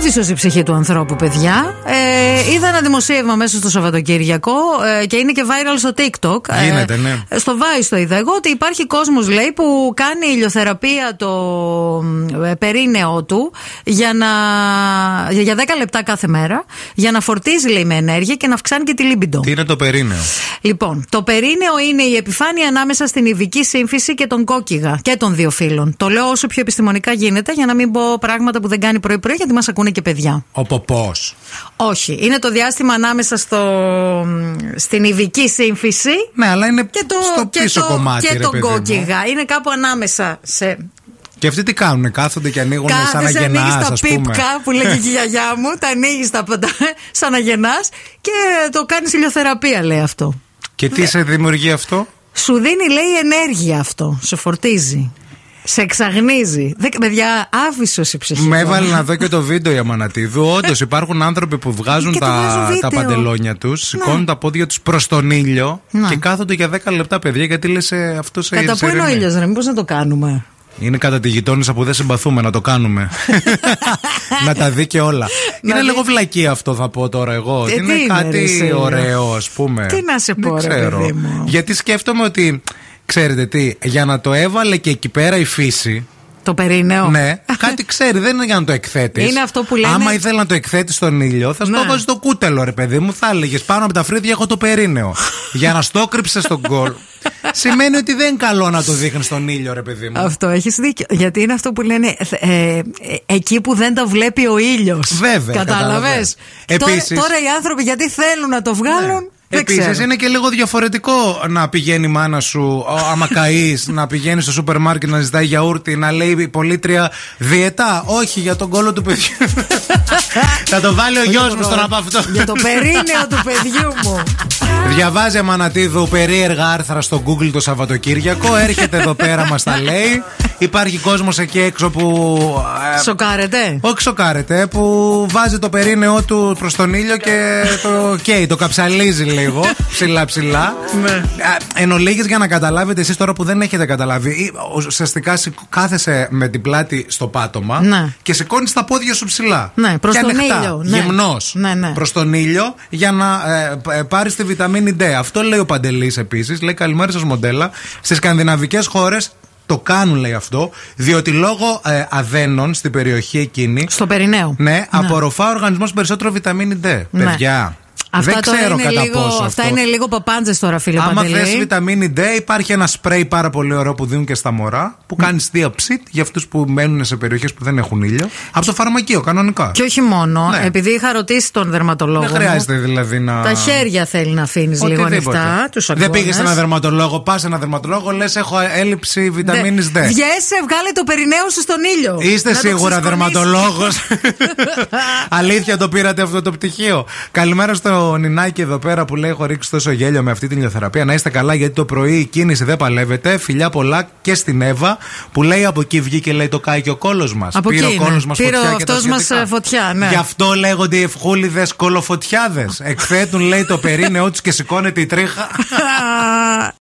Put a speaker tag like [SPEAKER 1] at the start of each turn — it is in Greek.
[SPEAKER 1] ξύσωσε η ψυχή του ανθρώπου, παιδιά. Ε, είδα ένα δημοσίευμα μέσα στο Σαββατοκύριακο ε, και είναι και viral στο TikTok. Ε,
[SPEAKER 2] Γίνεται, ναι.
[SPEAKER 1] Στο Vice το είδα εγώ ότι υπάρχει κόσμος, λέει, που κάνει ηλιοθεραπεία το ε, περίνεό του για, να, για- για 10 λεπτά κάθε μέρα για να φορτίζει, λέει, με ενέργεια και να αυξάνει και τη λίμπιντο.
[SPEAKER 2] Τι είναι το περίνεο.
[SPEAKER 1] Λοιπόν, το περίνεο είναι η επιφάνεια ανάμεσα στην ειδική σύμφυση και τον κόκκιγα και των δύο φύλων. Το λέω όσο πιο επιστημονικά γίνεται για να μην πω πράγματα που δεν κάνει πρωί-πρωί γιατί μας ακούνε και παιδιά.
[SPEAKER 2] Ο ποπός.
[SPEAKER 1] Όχι. Είναι το διάστημα ανάμεσα στο, στην ειδική σύμφυση
[SPEAKER 2] Ναι, αλλά είναι
[SPEAKER 1] και, το,
[SPEAKER 2] στο
[SPEAKER 1] και
[SPEAKER 2] πίσω
[SPEAKER 1] το-
[SPEAKER 2] κομμάτι.
[SPEAKER 1] και
[SPEAKER 2] ρε,
[SPEAKER 1] τον
[SPEAKER 2] παιδί μου.
[SPEAKER 1] κόκκιγα. Είναι κάπου ανάμεσα σε.
[SPEAKER 2] Και αυτοί τι κάνουν, κάθονται και ανοίγουν σαν
[SPEAKER 1] Κάθεσαι,
[SPEAKER 2] αγενά,
[SPEAKER 1] ανοίγει
[SPEAKER 2] α
[SPEAKER 1] τα
[SPEAKER 2] πούμε. Ε,
[SPEAKER 1] πίπκα που λέγει και η γιαγιά μου, τα ανοίγεις τα πάντα σαν να γεννάς και το κάνεις ηλιοθεραπεία, λέει αυτό.
[SPEAKER 2] Και
[SPEAKER 1] Ναι.
[SPEAKER 2] τι σε δημιουργεί αυτό.
[SPEAKER 1] Σου δίνει, λέει, ενέργεια αυτό. Σε φορτίζει. Σε εξαγνίζει. Δεν, παιδιά, άφησο η ψυχή.
[SPEAKER 2] Με
[SPEAKER 1] μου.
[SPEAKER 2] έβαλε να δω και το βίντεο η Αμανατίδου. Όντως υπάρχουν άνθρωποι που βγάζουν
[SPEAKER 1] Και το
[SPEAKER 2] τα,
[SPEAKER 1] βάζουν
[SPEAKER 2] τα
[SPEAKER 1] βίντεο.
[SPEAKER 2] παντελόνια τους, σηκώνουν τα πόδια τους προς τον ήλιο
[SPEAKER 1] Ναι.
[SPEAKER 2] και κάθονται για 10 λεπτά, παιδιά, γιατί ε, λε αυτό σε
[SPEAKER 1] Κατά
[SPEAKER 2] σε
[SPEAKER 1] πού είναι ο
[SPEAKER 2] ηρεμεί.
[SPEAKER 1] ήλιος, ρε, μήπως να το κάνουμε.
[SPEAKER 2] Είναι κατά τη γειτόνισσα που δεν συμπαθούμε να το κάνουμε. να τα δει και όλα. είναι
[SPEAKER 1] δει.
[SPEAKER 2] λίγο βλακή αυτό θα πω τώρα εγώ.
[SPEAKER 1] Ε, τι
[SPEAKER 2] είναι
[SPEAKER 1] είναι,
[SPEAKER 2] κάτι
[SPEAKER 1] ρε, εσύ.
[SPEAKER 2] ωραίο, ας πούμε.
[SPEAKER 1] Τι να σε πω,
[SPEAKER 2] Δεν
[SPEAKER 1] ρε,
[SPEAKER 2] ξέρω.
[SPEAKER 1] παιδί μου.
[SPEAKER 2] Γιατί σκέφτομαι ότι. Ξέρετε τι, για να το έβαλε και εκεί πέρα η φύση.
[SPEAKER 1] Το περίνεο.
[SPEAKER 2] Ναι, κάτι ξέρει, δεν είναι για να το εκθέτεις.
[SPEAKER 1] Είναι αυτό που λένε-
[SPEAKER 2] Άμα ήθελε να το εκθέτεις στον ήλιο, θα στο
[SPEAKER 1] Ναι.
[SPEAKER 2] δώσει το κούτελο, ρε παιδί μου. Θα έλεγες πάνω από τα φρύδια έχω το περίνεο. για να στόκρυψε τον κόλ. Σημαίνει ότι δεν είναι καλό να το δείχνεις στον ήλιο, ρε παιδί μου.
[SPEAKER 1] Αυτό έχεις δίκιο. Γιατί είναι αυτό που λένε ε, ε, ε, εκεί που δεν τα βλέπει ο ήλιος.
[SPEAKER 2] Βέβαια,
[SPEAKER 1] Κατάλαβες.
[SPEAKER 2] καταλαβαίνεις. Επίσης-
[SPEAKER 1] Τώρα, τώρα οι άνθρωποι γιατί θέλουν να το βγάλουν. Δεν
[SPEAKER 2] Επίσης,
[SPEAKER 1] ξέρω.
[SPEAKER 2] είναι και λίγο διαφορετικό να πηγαίνει η μάνα σου, ο, άμα καείς, να πηγαίνει στο σούπερ μάρκετ να ζητάει γιαούρτι, να λέει η πολίτρια διαιτά. Όχι για τον κόλο του παιδιού. Θα το βάλει ο γιος μου στον
[SPEAKER 1] Τώρα,
[SPEAKER 2] από αυτό.
[SPEAKER 1] Για το περίνεο του παιδιού μου.
[SPEAKER 2] Διαβάζει Αμανατίδου περίεργα άρθρα στο Google το Σαββατοκύριακο. Έρχεται εδώ πέρα, μας τα λέει. Υπάρχει κόσμος εκεί έξω που. ε,
[SPEAKER 1] Σοκάρετε.
[SPEAKER 2] όχι σοκάρεται, που βάζει το περίνεό του προς τον ήλιο και το καίει, το καψαλίζει λίγο, ψηλά ψηλά.
[SPEAKER 1] Ναι.
[SPEAKER 2] Α, Εν ολίγης, για να καταλάβετε εσείς τώρα που δεν έχετε καταλάβει, ή, ουσιαστικά σηκ- κάθεσαι με την πλάτη στο πάτωμα
[SPEAKER 1] Ναι.
[SPEAKER 2] και σηκώνεις τα πόδια σου ψηλά.
[SPEAKER 1] Ναι, προς
[SPEAKER 2] Και
[SPEAKER 1] τον
[SPEAKER 2] ανοιχτά,
[SPEAKER 1] ήλιο, ναι.
[SPEAKER 2] γυμνός,
[SPEAKER 1] Ναι, ναι.
[SPEAKER 2] προς τον ήλιο για να ε, πάρεις τη βιταμίνη D. Αυτό λέει ο Παντελής επίσης. Λέει καλημέρα σας, μοντέλα. Στις σκανδιναβικές χώρες το κάνουν, λέει αυτό, διότι λόγω ε, αδένων στην περιοχή εκείνη.
[SPEAKER 1] Στο περινέο.
[SPEAKER 2] Ναι, απορροφά ο οργανισμός περισσότερο βιταμίνη D.
[SPEAKER 1] Ναι.
[SPEAKER 2] Παιδιά.
[SPEAKER 1] Αυτά
[SPEAKER 2] δεν
[SPEAKER 1] τώρα
[SPEAKER 2] ξέρω
[SPEAKER 1] είναι
[SPEAKER 2] κατά
[SPEAKER 1] λίγο,
[SPEAKER 2] πόσο. Αυτό.
[SPEAKER 1] Αυτά είναι λίγο παπάντζες τώρα, φίλε
[SPEAKER 2] Άμα
[SPEAKER 1] Παντελή.
[SPEAKER 2] θες βιταμίνη D, υπάρχει ένα σπρέι πάρα πολύ ωραίο που δίνουν και στα μωρά που
[SPEAKER 1] Ναι.
[SPEAKER 2] κάνει διαψίτ για αυτούς που μένουν σε περιοχές που δεν έχουν ήλιο. Από το φαρμακείο, κανονικά.
[SPEAKER 1] Και όχι μόνο,
[SPEAKER 2] Ναι.
[SPEAKER 1] επειδή είχα ρωτήσει τον δερματολόγο.
[SPEAKER 2] Δεν
[SPEAKER 1] μου,
[SPEAKER 2] χρειάζεται δηλαδή να.
[SPEAKER 1] Τα χέρια θέλει να αφήνεις λίγο
[SPEAKER 2] Οτιδήποτε.
[SPEAKER 1] ανοιχτά. Τους
[SPEAKER 2] Δεν
[SPEAKER 1] αγκώνες.
[SPEAKER 2] πήγε σε ένα δερματολόγο, πας σε ένα δερματολόγο, λες: Έχω έλλειψη βιταμίνη D.
[SPEAKER 1] Ναι. Βγαίνεσαι, βγάλε το περινέο σου στον ήλιο.
[SPEAKER 2] Είστε
[SPEAKER 1] Να το
[SPEAKER 2] σίγουρα
[SPEAKER 1] ξεσκονίσεις.
[SPEAKER 2] δερματολόγος. Αλήθεια το πήρατε αυτό το πτυχίο. Καλημέρα στο Νινάκι εδώ πέρα που λέει: Έχω ρίξει τόσο γέλιο με αυτή την ηλιοθεραπεία. Να είστε καλά γιατί το πρωί η κίνηση δεν παλεύεται. Φιλιά πολλά και στην Εύα που λέει: Από εκεί βγήκε λέει το κάει και ο κόλος μας.
[SPEAKER 1] Από
[SPEAKER 2] Πήρε
[SPEAKER 1] εκεί
[SPEAKER 2] ο κόλο
[SPEAKER 1] είναι.
[SPEAKER 2] μας
[SPEAKER 1] Πήρε
[SPEAKER 2] φωτιά.
[SPEAKER 1] ο
[SPEAKER 2] και τα
[SPEAKER 1] αυτός μας,
[SPEAKER 2] σχετικά.
[SPEAKER 1] ε, φωτιά, ναι.
[SPEAKER 2] Γι' αυτό λέγονται οι ευχούλιδες κολοφωτιάδες. Εκθέτουν λέει το περίνεό του και σηκώνεται η τρίχα.